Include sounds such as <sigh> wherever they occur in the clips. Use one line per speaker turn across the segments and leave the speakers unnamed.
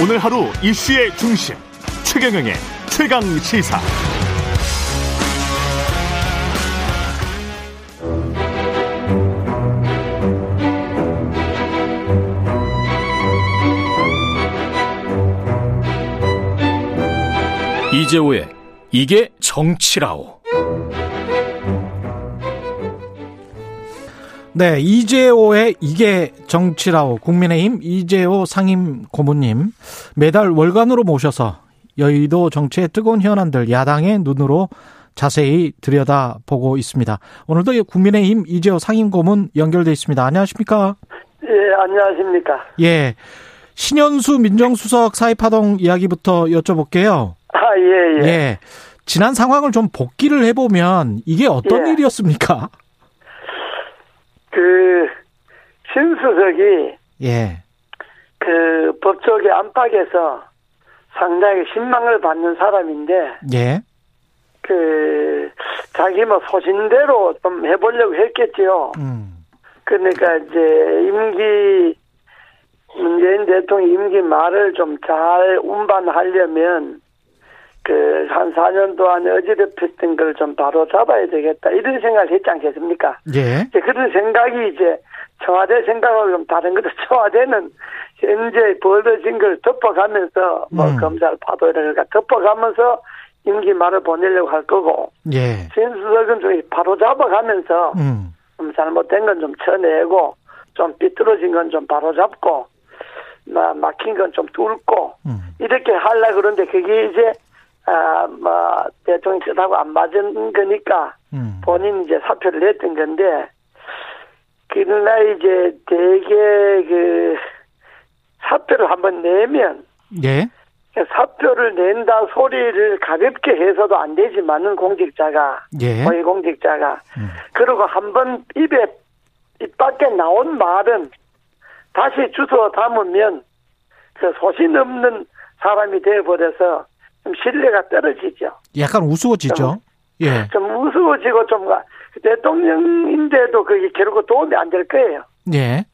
오늘 하루 이슈의 중심 최경영의 최강 시사.
이재호의 이게 정치라오.
네, 이재호의 이게 정치라오 국민의힘 이재호 상임 고문님 매달 월간으로 모셔서 여의도 정치의 뜨거운 현안들 야당의 눈으로 자세히 들여다보고 있습니다. 오늘도 국민의힘 이재호 상임 고문 연결돼 있습니다. 안녕하십니까?
예, 안녕하십니까.
예. 신현수 민정수석 사이파동 이야기부터 여쭤볼게요.
아, 예, 예.
예. 지난 상황을 좀 복기를 해보면 이게 어떤
예.
일이었습니까?
그, 신수석이
예.
그 법조계 안팎에서 상당히 신망을 받는 사람인데,
예.
그, 자기 뭐 소신대로 좀 해보려고 했겠지요.
음.
그러니까 이제 임기, 문재인 대통령 임기 말을 좀 잘 운반하려면, 그, 한 4년 동안 어지럽혔던 걸 좀 바로 잡아야 되겠다. 이런 생각을 했지 않겠습니까?
예.
이제 그런 생각이 이제 청와대 생각하고 좀 다른 것도 <laughs> 청와대는 현재 벌어진 걸 덮어가면서 뭐
음.
검찰 파도 이런 걸 덮어가면서 임기 말을 보내려고 할 거고
예.
신수석은 좀 바로 잡아가면서
음.
좀뭐 잘못된 건 좀 쳐내고 좀 삐뚤어진 건 좀 바로 잡고 마- 막힌 건 좀 뚫고
음.
이렇게 하려 그러는데 그게 이제 아뭐 대통령 뜻하고 안 맞은 거니까
음.
본인 이제 사표를 냈던 건데 그러나 이제 대개 그 사표를 한번 내면
예.
사표를 낸다 소리를 가볍게 해서도 안 되지만은 공직자가
예.
거의 공직자가
음.
그리고 한번 입에 입 밖에 나온 말은 다시 주워 담으면 그 소신 없는 사람이 되어버려서 좀 신뢰가 떨어지죠.
약간 우스워지죠. 예.
좀 우스워지고 좀 아, 대통령인데도 그게 결국 도움이 안 될 거예요.
예.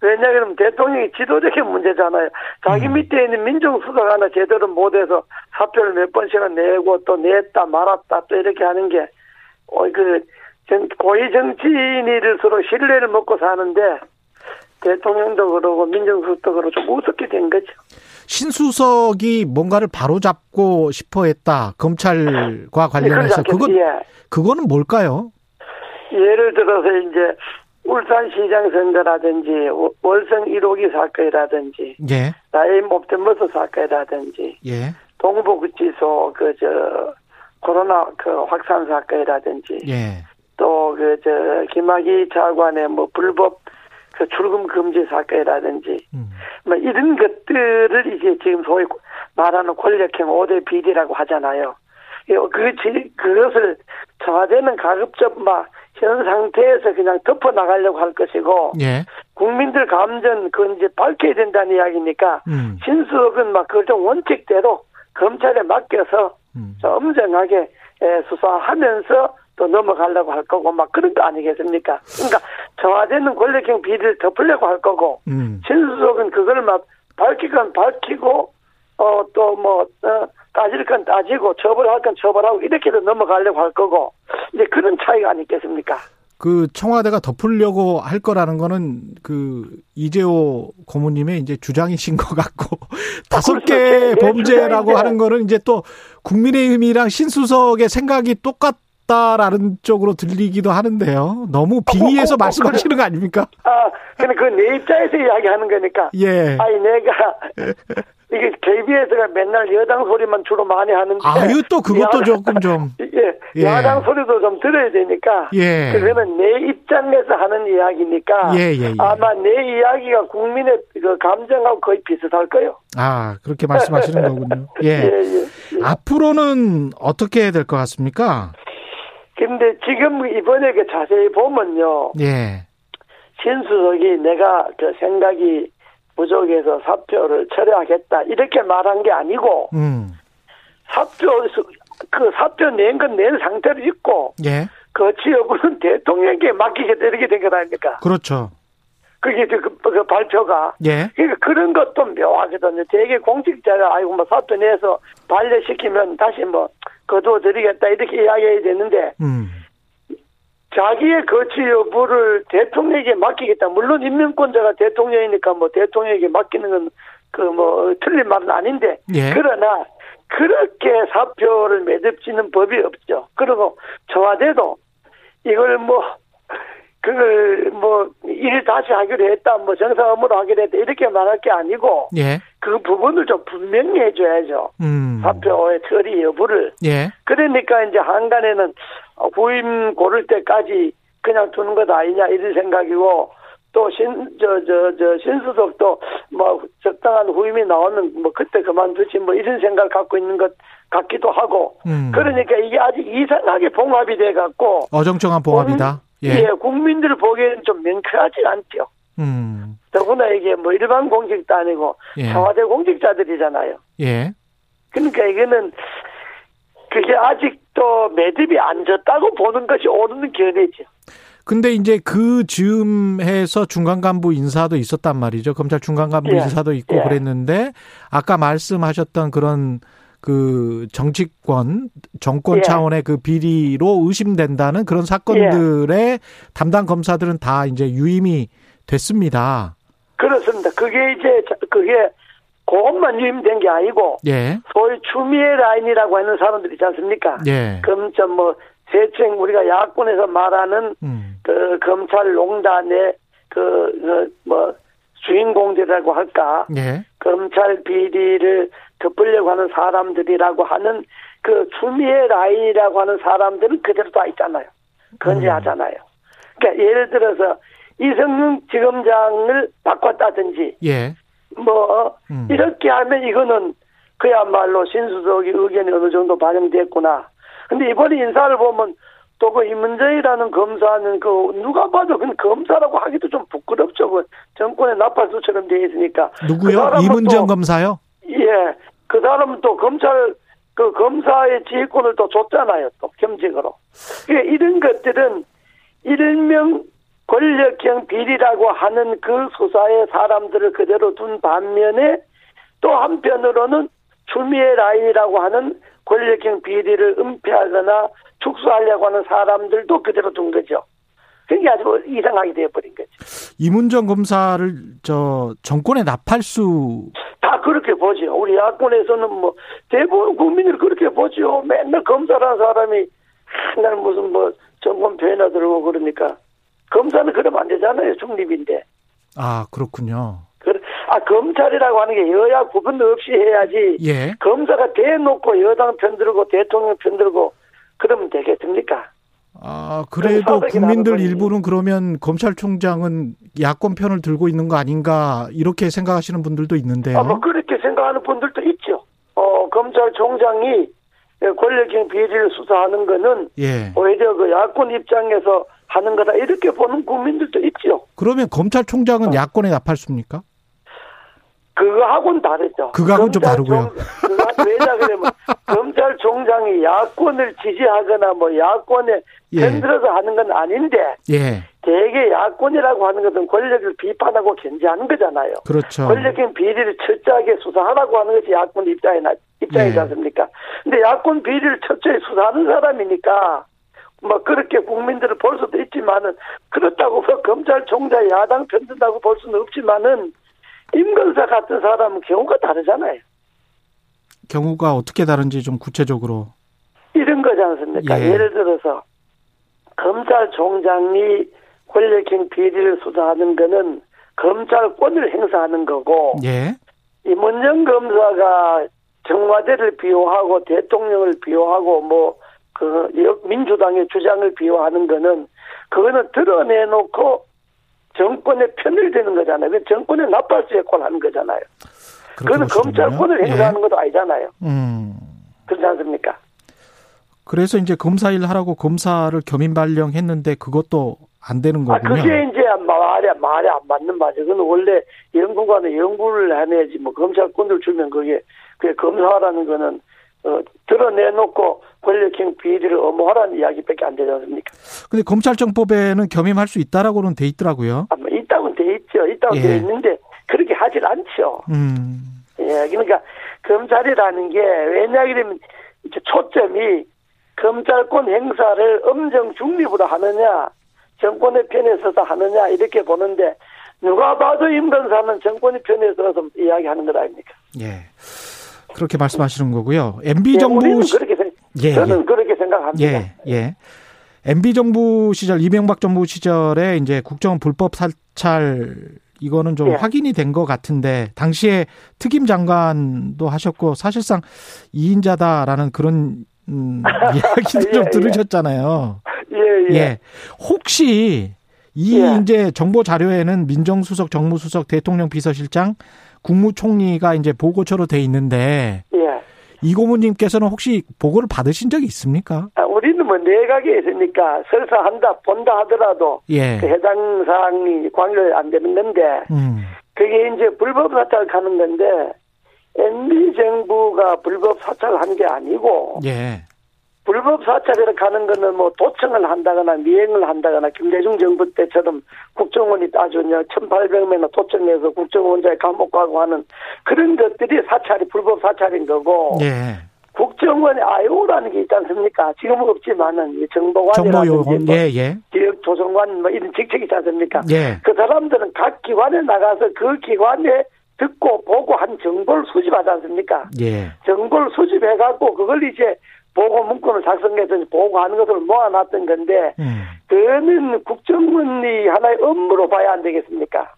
왜냐하면 대통령이 지도적인 문제잖아요. 자기
음.
밑에 있는 민정수석 하나 제대로 못해서 사표를 몇 번씩은 내고 또 냈다 말았다 또 이렇게 하는 게, 어, 그, 전- 고위 정치인이를 서로 신뢰를 먹고 사는데, 대통령도 그러고 민정수석도 그러고 좀 우습게 된 거죠.
신수석이 뭔가를 바로잡고 싶어 했다. 검찰과 관련해서.
그러지
그건,
않겠어요? 예.
그거는 뭘까요?
예를 들어서 이제 울산시장 선거라든지 월- 월성 1호기 사건이라든지
예.
나의 몸된 버스 사건이라든지
예.
동부구치소 그 저 코로나 그 확산 사건이라든지
예.
또 그 저 김학의 차관의 뭐 불법 그 출금 금지 사건이라든지
음.
뭐 이런 것들을 이제 지금 소위 말하는 권력형 5대 비리라고 하잖아요. 예, 그, 지- 그것을 청와대는 가급적 막 현 상태에서 그냥 덮어 나가려고 할 것이고
예.
국민들 감정 그건 이제 밝혀야 된다는 이야기니까
음.
신수석은 막 그걸 좀 원칙대로 검찰에 맡겨서
음.
좀 엄정하게 예, 수사하면서 또 넘어가려고 할 거고 막 그런 거 아니겠습니까? 그러니까 청와대는 권력형 비리를 덮으려고 할 거고
음.
신수석은 그걸 막 밝히건 밝히고 어 또 뭐 어, 따질 건 따지고 처벌할 건 처벌하고 이렇게도 넘어가려고 할 거고 이제 그런 차이가 아니겠습니까?
그 청와대가 덮으려고 할 거라는 거는 그 이재호 고모님의 이제 주장이신 것
<laughs>
같고 다섯
그렇죠.
개
제- 제
범죄라고
주장인데.
하는 거는 이제 또 국민의힘이랑 신수석의 생각이 똑같다라는 쪽으로 들리기도 하는데요. 너무 빙의해서
<laughs> 어, 어, 어,
말씀하시는 거 아닙니까?
아 근데 그 내 입장에서 이야기하는 거니까
예. <laughs>
아니 내가 이게 KBS가 맨날 여당 소리만 주로 많이 하는데
아유
예,
또 그것도
야당-
조금 좀
예,
예.
야당 소리도 좀 들어야 되니까
예.
그거는 내 입장에서 하는 이야기니까
예, 예, 예.
아마 내 이야기가 국민의 그 감정하고 거의 비슷할 거요.
아, 그렇게 말씀하시는 거군요.
예,
예.
예.
앞으로는 어떻게 해야 될 것 같습니까?
근데 지금 이번에 그 자세히 보면요.
예.
신수석이 내가 그 생각이 부족해서 사표를 철회하겠다 이렇게 말한 게 아니고
음.
사표 그 사표 낸 건 낸 상태로 있고 그
예.
<laughs> 거치 여부는 대통령에게 맡기게 되게 된 거 아닙니까?
그렇죠.
그게 그, 그, 그 발표가
예.
그러니까 그런 것도 묘하거든요. 되게 공직자를 아이고 뭐 사표 내서 반려시키면 다시 뭐 거두어드리겠다 이렇게 이야기해야 되는데
음.
자기의 거취 여부를 대통령에게 맡기겠다. 물론 임명권자가 대통령이니까 뭐 대통령에게 맡기는 건 그 뭐 틀린 말은 아닌데
예.
그러나 그렇게 사표를 매듭지는 법이 없죠. 그리고 청와대도 이걸 뭐 그걸 뭐 일을 다시 하기로 했다, 뭐 정상 업무로 하기로 했다 이렇게 말할 게 아니고
예.
그 부분을 좀 분명히 해줘야죠.
음.
사표의 처리 여부를
예.
그러니까 이제 한간에는 후임 고를 때까지 그냥 두는 것 아니냐 이런 생각이고 또 신 저 저 저 신수석도 뭐 적당한 후임이 나오면 뭐 그때 그만두지 뭐 이런 생각을 갖고 있는 것 같기도 하고
음.
그러니까 이게 아직 이상하게 봉합이 돼 갖고
어정쩡한 봉합이다.
예. 국민들 보기에는 좀 명쾌하지 않죠.
음.
더구나 이게 뭐 일반 공직도 아니고
예.
청와대 공직자들이잖아요.
예.
그러니까 이거는 그게 아직도 매듭이 안 졌다고 보는 것이 옳은 견해죠.
근데 이제 그 즈음해서 중간 간부 인사도 있었단 말이죠. 검찰 중간 간부
예.
인사도 있고
예.
그랬는데 아까 말씀하셨던 그런 그 정치권 정권
예.
차원의 그 비리로 의심된다는 그런 사건들의
예.
담당 검사들은 다 이제 유임이 됐습니다.
그렇습니다. 그게 이제 자- 그게 그것만 유임된 게 아니고
예.
소위 추미애 라인이라고 하는 사람들 있지 않습니까?
예.
검찰 뭐 대책 우리가 야권에서 말하는
음.
그 검찰 농단의 그뭐 주인공들이라고 할까?
예.
검찰 비리를 덮으려고 하는 사람들이라고 하는 그 추미애 라인이라고 하는 사람들은 그대로 다 있잖아요. 건재하잖아요. 그러니까 예를 들어서 이성윤 지검장을 바꿨다든지
예.
뭐
음.
이렇게 하면 이거는 그야말로 신수석의 의견이 어느 정도 반영됐구나. 근데 이번에 인사를 보면 또 그 이문재이라는 검사는 그 누가 봐도 그 검사라고 하기도 좀 부끄럽죠. 그 정권의 나팔수처럼 돼 있으니까. 그
누구요?
사람은
이문정
또
검사요?
예. 그 사람은 또 검찰, 그 검사의 지휘권을 또 줬잖아요. 또 겸직으로. 그러니까 이런 것들은 일명 권력형 비리라고 하는 그 수사의 사람들을 그대로 둔 반면에 또 한편으로는 추미애 라인이라고 하는 권력형 비리를 은폐하거나 축소하려고 하는 사람들도 그대로 둔 거죠. 그게 아주 이상하게 되어버린 거죠.
이문정 검사를 저 정권의 나팔수
다 그렇게 보죠. 우리 야권에서는 뭐 대부분 국민들 그렇게 보죠. 맨날 검사라는 사람이 맨날 무슨 뭐 정권 표현하 들고 그러니까 검사는 그러면 안 되잖아요. 중립인데.
아 그렇군요.
그- 아 검찰이라고 하는 게 여야 구분 없이 해야지.
예.
검사가 대놓고 여당 편들고 대통령 편들고 그러면 되겠습니까?
아,
그럼
그래도
사백이
국민들
나눠버리니.
일부는 그러면 검찰총장은 야권 편을 들고 있는 거 아닌가 이렇게 생각하시는 분들도 있는데요.
아, 뭐 그렇게 생각하는 분들도 있죠. 어 검찰총장이 권력형 비리를 수사하는 거는
예.
오히려 그 야권 입장에서 하는 거다 이렇게 보는 국민들도 있죠.
그러면 검찰총장은
아.
야권에 나팔수입니까?
그거하고는 다르죠.
그거하고는 좀
검찰총-
다르고요.
그거 <laughs> 왜냐 그러면 검찰총장이 야권을 지지하거나 뭐 야권에
예.
편들어서 하는 건 아닌데
예.
대개 야권이라고 하는 것은 권력을 비판하고 견제하는 거잖아요.
그렇죠.
권력형 비리를 철저하게 수사하라고 하는 것이 야권 입장이 나, 입장이지
예.
않습니까? 근데 야권 비리를 철저히 수사하는 사람이니까 뭐 그렇게 국민들을 볼 수도 있지만은 그렇다고 뭐 검찰총장 야당 편든다고 볼 수는 없지만은 임근사 같은 사람은 경우가 다르잖아요.
경우가 어떻게 다른지 좀 구체적으로.
이런 거지 않습니까?
예.
예. 를 들어서 검찰총장이 권력형 비리를 수사하는 거는 검찰권을 행사하는 거고
예.
이문정 검사가 청와대를 비호하고 대통령을 비호하고 뭐그 민주당의 주장을 비호하는 거는 그거는 드러내놓고 정권에 편일되는 거잖아요. 그 정권에 나빠서 권하는 거잖아요.
그렇게
그거는
보시는군요.
검찰권을 행사하는
예.
것도 아니잖아요.
음.
그렇지 않습니까?
그래서 이제 검사 일 하라고 검사를 겸임 발령했는데 그것도 안 되는
아
거군요.
그게 이제 말이 말이 안 맞는 말이죠. 그건 원래 연구관에 연구를 해내지 뭐 검찰권을 주면 그게 그 검사라는 거는 어, 드러내놓고 권력형 비리를 엄호하라는 이야기밖에 안 되지 않습니까?
근데 검찰청법에는 겸임할 수 있다라고는 돼 있더라고요.
아마 있다고는 돼 있죠. 있다고
예.
되어 있는데 그렇게 하질 않죠.
음,
예, 그러니까 검찰이라는 게 왜냐 이러면 이제 초점이 검찰권 행사를 엄정 중립으로 하느냐, 정권의 편에 서서 하느냐 이렇게 보는데 누가 봐도 임건사는 정권의 편에 서서 이야기하는 것 아닙니까?
예. 그렇게 말씀하시는 거고요.
예,
MB 정부
우리는
시,
그렇게 생,
예,
저는
예.
그렇게 생각합니다.
예, 예. MB 정부 시절 이명박 정부 시절에 이제 국정원 불법 사찰 이거는 좀
예.
확인이 된 것 같은데 당시에 특임 장관도 하셨고 사실상 이인자다라는 그런
<laughs>
음, 이야기도
예,
좀
예.
들으셨잖아요.
예, 예.
예. 혹시 이
예.
이제 정보 자료에는 민정수석, 정무수석, 대통령 비서실장, 국무총리가 이제 보고처로 돼 있는데
예.
이고모님께서는 혹시 보고를 받으신 적이 있습니까?
아, 우리는 뭐 내각에 있으니까 설사 한다 본다 하더라도
예.
그 해당 사항이 관여 안 되는 건데
음.
그게 이제 불법 사찰 가는 건데 MB 정부가 불법 사찰 한 게 아니고
예.
불법 사찰을 가는 거는 뭐 도청을 한다거나 미행을 한다거나 김대중 정부 때처럼 국정원이 아주 1800명이나 도청해서 국정원장에 감옥 가고 하는 그런 것들이 사찰이 불법 사찰인 거고
예.
국정원의 IO라는 게 있지 않습니까? 지금은 없지만은 이
정보
정보관이라든지
요원.
뭐
예, 예.
지역 조정관 뭐 이런 직책이 있지 않습니까?
예.
그 사람들은 각 기관에 나가서 그 기관에 듣고 보고 한 정보를 수집하지 않습니까?
예.
정보를 수집해갖고 그걸 이제 보고 문건을 작성해서 이제 보고하는 것을 모아놨던 건데
음.
그는 국정원이 하나의 업무로 봐야 안 되겠습니까?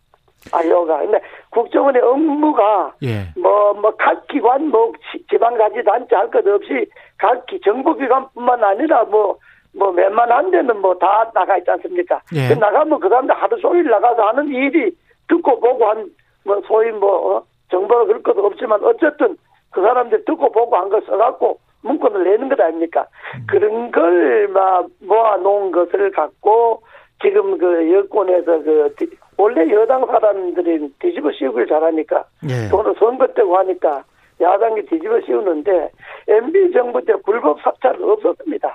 아이오가 근데 국정원의 업무가
예.
뭐, 뭐, 각 기관, 뭐, 지- 지방자치 단체 할 것 없이, 각 기- 정부기관뿐만 아니라, 뭐, 뭐, 웬만한 데는 뭐, 다 나가 있지 않습니까?
예.
그 나가면 그 사람들 하루 종일 나가서 하는 일이 듣고 보고 한, 뭐, 소위 뭐, 어? 정보를 그럴 것도 없지만, 어쨌든 그 사람들 듣고 보고 한 걸 써갖고, 문건을 내는 것 아닙니까?
음.
그런 걸, 막, 모아놓은 것을 갖고, 지금 그 여권에서 그, 뒤- 원래 여당 사람들이 뒤집어 씌우기를 잘하니까,
예.
돈을 선거 때고 하니까 야당이 뒤집어 씌우는데 MB 정부 때 불법 사찰은 없었습니다.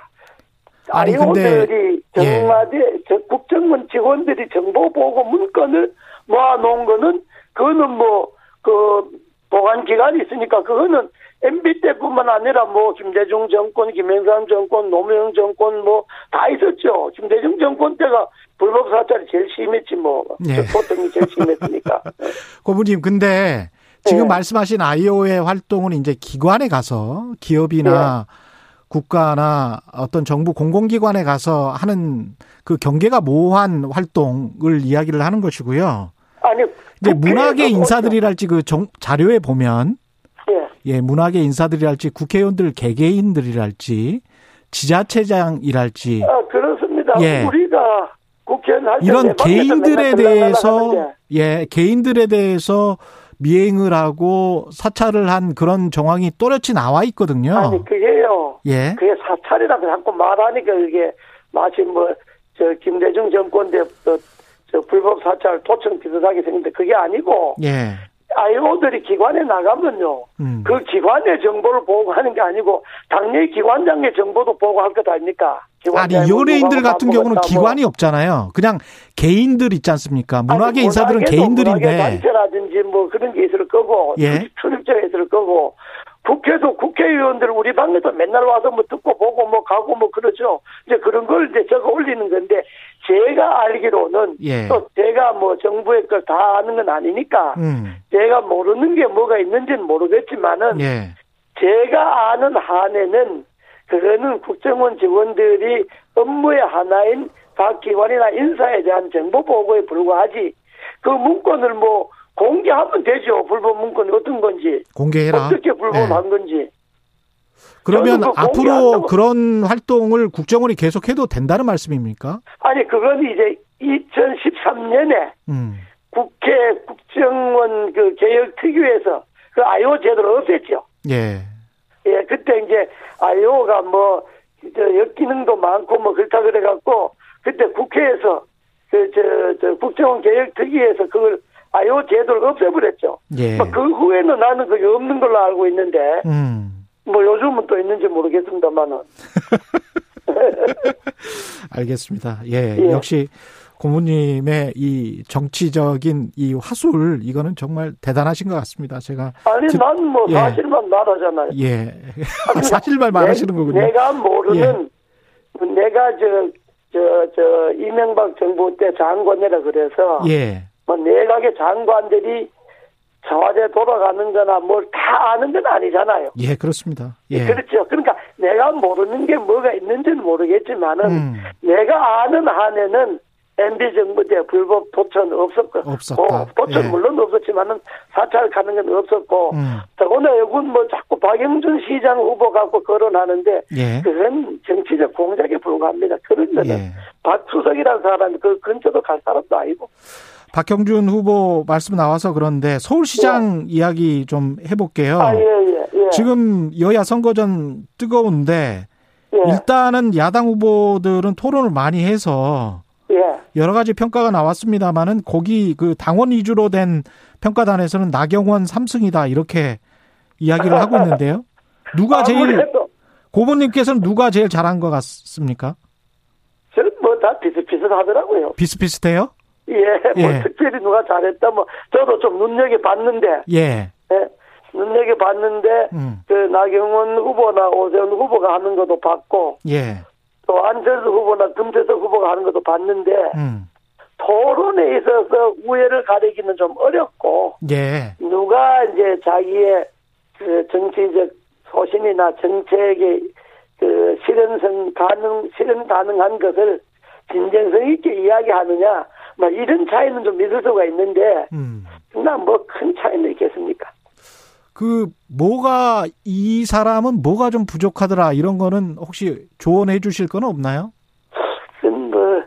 아니, 근데-
아이오들이
예.
청와대 저 국정원 직원들이 정보 보고 문건을 모아놓은 거는 그거는 뭐 그 보관 기간이 있으니까 그거는 MB 때뿐만 아니라 뭐 김대중 정권, 김영삼 정권, 노무현 정권 뭐 다 있었죠. 김대중 정권 때가 불법 사찰이 제일 심했지 뭐
예.
보통이 제일
<laughs>
심했으니까.
고모님, 근데 지금
예.
말씀하신 아이오의 활동은 이제 기관에 가서 기업이나 국가나 어떤 정부 공공기관에 가서 하는 그 경계가 모호한 활동을 이야기를 하는 것이고요.
아니
이제
국회에서
문학의
어떤-
인사들이랄지 그 정- 자료에 보면
예.
예, 문학의 인사들이랄지 국회의원들 개개인들이랄지 지자체장이랄지
아, 그렇습니다.
예.
우리가 국회의원 할때
이런 개인들에 대해서 예 개인들에 대해서 미행을 하고 사찰을 한 그런 정황이 또렷이 나와 있거든요.
아니 그게요.
어. 예,
그게 사찰이라고 자꾸 말하니까 그게 마치 뭐 저 김대중 정권 때저 저 불법 사찰 도청 비슷하게 생긴데 그게 아니고
예,
아이오들이 기관에 나가면요.
음,
그 기관의 정보를 보고하는 게 아니고 당내 기관장의 정보도 보고할 것 아닙니까?
아니
기관장이 뭐
연예인들
누가
같은
뭐
경우는
먹었다 뭐.
기관이 없잖아요. 그냥 개인들 있지 않습니까?
아니,
문학의 인사들은
문학에도 문학의
개인들인데
단체라든지 뭐 그런 게 있을 거고 그
예.
출입자가 있을 거고 국회도 국회의원들 우리 방에도 맨날 와서 뭐 듣고 보고 뭐 가고 뭐 그러죠. 이제 그런 걸 이제 적어 올리는 건데 제가 알기로는
예.
또 제가 뭐 정부의 걸 다 아는 건 아니니까
음,
제가 모르는 게 뭐가 있는지는 모르겠지만은
예,
제가 아는 한에는 그거는 국정원 직원들이 업무의 하나인 각 기관이나 인사에 대한 정보 보고에 불과하지 그 문건을 뭐 공개하면 되죠 불법 문건이 어떤 건지
공개해라.
어떻게
예.
불법한 건지
그러면
저는 그거
앞으로
공개한다고-
그런 활동을 국정원이 계속해도 된다는 말씀입니까?
아니 그건 이제 2013년에
음,
국회 국정원 그 개혁 특위에서 그 아이오 제도를 없앴죠
예,
예, 그때 이제 아이오가 뭐, 저, 역기능도 많고 뭐 그렇다 그래갖고, 그때 국회에서, 그, 저, 저, 국정원 개혁특위에서 그걸 아이오 제도를 없애버렸죠.
예,
뭐그 후에는 나는 그게 없는 걸로 알고 있는데,
음.
뭐 요즘은 또 있는지 모르겠습니다만은.
알겠습니다. 예,
예.
역시 고모님의 이 정치적인 이 화술 이거는 정말 대단하신 것 같습니다. 제가
아니
지-
난 뭐
예.
사실만 말하잖아요.
예 <laughs> 사실만 말하시는
내-
거군요. 예.
내가 모르는 내가 저 저 저 이명박 정부 때 장관이라 그래서
예
뭐 내각의 장관들이 청와대 돌아가는거나 뭘 다 아는 건 아니잖아요.
예, 그렇습니다. 예.
그렇죠. 그러니까 내가 모르는 게 뭐가 있는지는 모르겠지만은
음.
내가 아는 한에는 MB 정부 때 불법 도천 없었고 뭐
없었다.
도- 도천
예.
물론 없었지만은 사찰 가는 건 없었고
음.
더구나 여군 뭐 자꾸 박영준 시장 후보 갖고 거론하는데
예.
그건 정치적 공작에 불과합니다. 그러면은
예.
박 수석이라는 사람이 그 근처도 갈 사람도 아니고
박형준 후보 말씀 나와서 그런데 서울시장 이야기 좀 해볼게요.
예. 아예예 예, 예.
어. 지금 여야 선거전 뜨거운데
예,
일단은 야당 후보들은 토론을 많이 해서
예.
여러 가지 평가가 나왔습니다만은 거기 그 당원 위주로 된 평가단에서는 나경원 삼승이다 이렇게 이야기를 하고 있는데요. 누가 제일
아무래도
고모님께서는 누가 제일 잘한 것 같습니까?
저는 뭐다 비슷비슷하더라고요.
비슷비슷해요?
예, 뭐
예.
특별히 누가 잘했다 뭐 저도 좀 눈여겨 봤는데
예.
예, 눈여겨 봤는데
음.
그 나경원 후보나 오세훈 후보가 하는 것도 봤고
예.
또 안철수 후보나 금태섭 후보가 하는 것도 봤는데
음.
토론에 있어서 우애를 가리기는 좀 어렵고
예.
누가 이제 자기의 그 정치적 소신이나 정책의 그 실현성 가능 실현 가능한 것을 진정성 있게 이야기하느냐 뭐 이런 차이는 좀 있을 수가 있는데
음.
나 뭐 큰 차이는 있겠습니까?
그 뭐가 이 사람은 뭐가 좀 부족하더라 이런 거는 혹시 조언해 주실 건 없나요?
그건 뭐,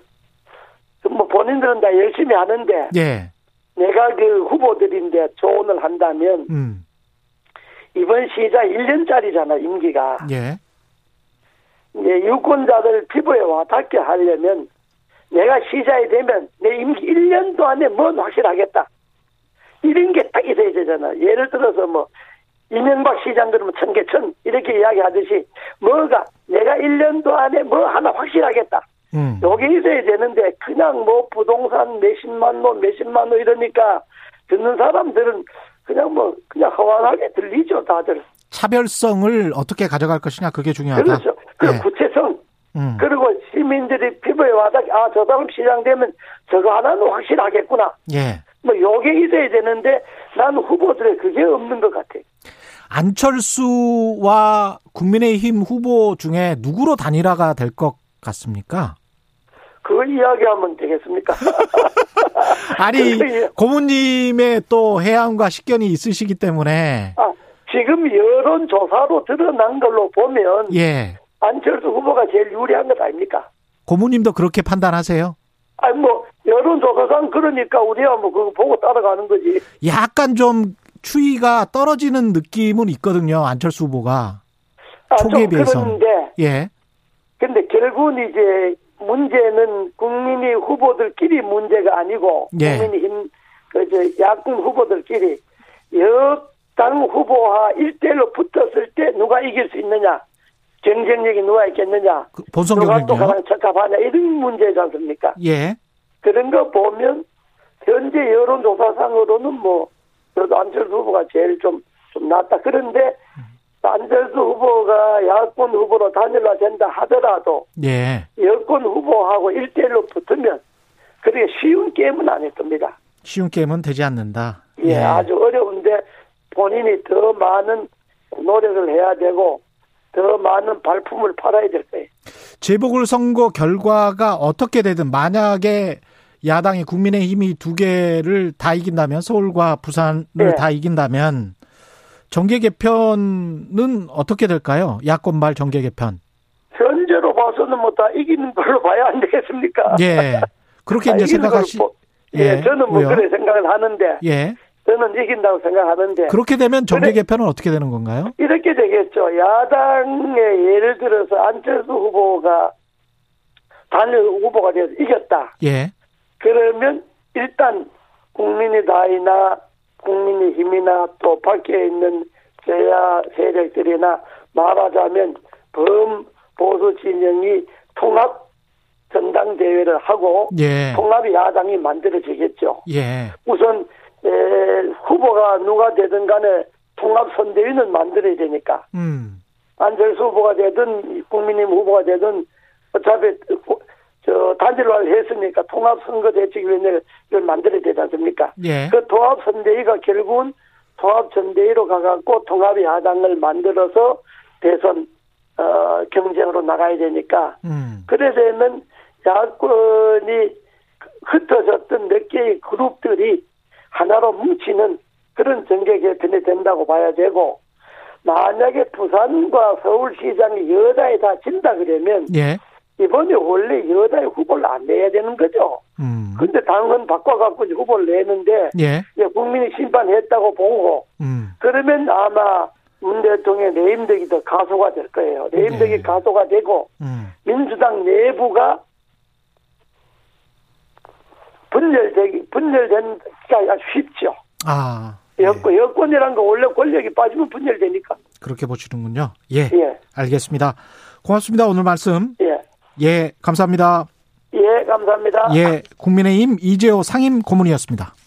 그건 뭐 본인들은 다 열심히 하는데
예.
내가 그 후보들인데 조언을 한다면
음.
이번 시장 1년짜리잖아 임기가
예.
이제 유권자들 피부에 와닿게 하려면 내가 시장이 되면 내 임기 1년도 안에 뭔 확실하겠다. 이런 게 딱 있어야 되잖아. 예를 들어서 뭐 이명박 시장 들으면 뭐 천개천 이렇게 이야기하듯이 뭐가 내가 1년도 안에 뭐 하나 확실하겠다.
음.
요게 있어야 되는데 그냥 뭐 부동산 몇십만 원 몇십만 원 이러니까 듣는 사람들은 그냥 뭐 그냥 허황하게 들리죠 다들.
차별성을 어떻게 가져갈 것이냐 그게 중요하다.
그렇죠. 그
예.
구체성
음.
그리고 시민들이 피부에 와닿게 아 저 사람 시장 되면 저거 하나는 확실하겠구나
예.
뭐 요게 있어야 되는데 난 후보들의 그게 없는 것 같아
안철수와 국민의힘 후보 중에 누구로 단일화가 될 것 같습니까?
그걸 이야기하면
<laughs>
되겠습니까
아니
<laughs> 예.
고모님의 또 해안과 식견이 있으시기 때문에
아 지금 여론조사로 드러난 걸로 보면
예
안철수 후보가 제일 유리한 것 아닙니까
고모님도 그렇게 판단하세요?
아니 뭐 여론조사상 그러니까 우리가 뭐 그거 보고 따라가는 거지
약간 좀 추위가 떨어지는 느낌은 있거든요 안철수 후보가
아,
초기에
좀
비해서.
그런데
예
근데 결국은 이제 문제는 국민이 후보들끼리 문제가 아니고
예.
국민의힘 그저 야권 후보들끼리 여당 후보와 일대일로 붙었을 때 누가 이길 수 있느냐 경쟁력이 누가 있겠느냐
그 본선
누가 또
경쟁력
가장 적합하냐 이런 문제지 않습니까
예
그런 거 보면 현재 여론조사상으로는 뭐 그래도 안철수 후보가 제일 좀, 좀 낫다. 그런데 안철수 후보가 야권 후보로 단일화된다 하더라도
예.
여권 후보하고 일대일로 붙으면 그렇게 쉬운 게임은 아닐 겁니다.
쉬운 게임은 되지 않는다
예, 아주 어려운데 본인이 더 많은 노력을 해야 되고 더 많은 발품을 팔아야 될 거예요.
재보궐선거 결과가 어떻게 되든 만약에 야당이 국민의힘이 두 개를 다 이긴다면 서울과 부산을
네.
다 이긴다면 정계 개편은 어떻게 될까요? 야권발 정계
<laughs>
개편.
현재로 봐서는 뭐 다 이기는 걸로 봐야 안 되겠습니까?
예. 그렇게
아,
이제
이기는
생각하시.
걸 보- 예, 저는 뭐
왜요?
그런 생각을 하는데
예.
저는 이긴다고 생각하는데
그렇게 되면 정계
그래.
개편은 어떻게 되는 건가요?
이렇게 되겠죠. 야당의 예를 들어서 안철수 후보가 단일 후보가 돼서 이겼다.
예.
그러면 일단 국민의당이나 국민의힘이나 또 밖에 있는 제야 세력들이나 말하자면 범 보수 진영이 통합 전당대회를 하고
예.
통합의 야당이 만들어지겠죠.
예.
우선 에, 후보가 누가 되든 간에 통합선대위는 만들어야 되니까
음.
안철수 후보가 되든 국민의힘 후보가 되든 어차피 저 단일화를 했으니까 통합선거대책위원회를 만들어야 되지 않습니까?
예.
그 통합선대위가 결국은 통합선대위로 가갖고 통합의 야당을 만들어서 대선 어, 경쟁으로 나가야 되니까
음.
그래서는 야권이 흩어졌던 몇 개의 그룹들이 하나로 뭉치는 그런 정계 개편이 된다고 봐야 되고 만약에 부산과 서울시장이 여자에 다 진다 그러면
예.
이번에 원래 여자의 후보를 안 내야 되는 거죠.
음.
근데 당은 바꿔갖고 이제 후보를 내는데
예.
이제 국민이 심판했다고 보고
음.
그러면 아마 문 대통령의 레임덕이 더 가소가 될 거예요. 레임덕이
네.
가소가 되고
음.
민주당 내부가 분열되기, 분열된 게 아니라 쉽죠.
아. 예.
여권, 여권이란 거 원래 권력이 빠지면 분열되니까.
그렇게 보시는군요. 예.
예,
알겠습니다. 고맙습니다. 오늘 말씀.
예.
예. 감사합니다.
예, 감사합니다.
예. 국민의힘 이재호 상임 고문이었습니다.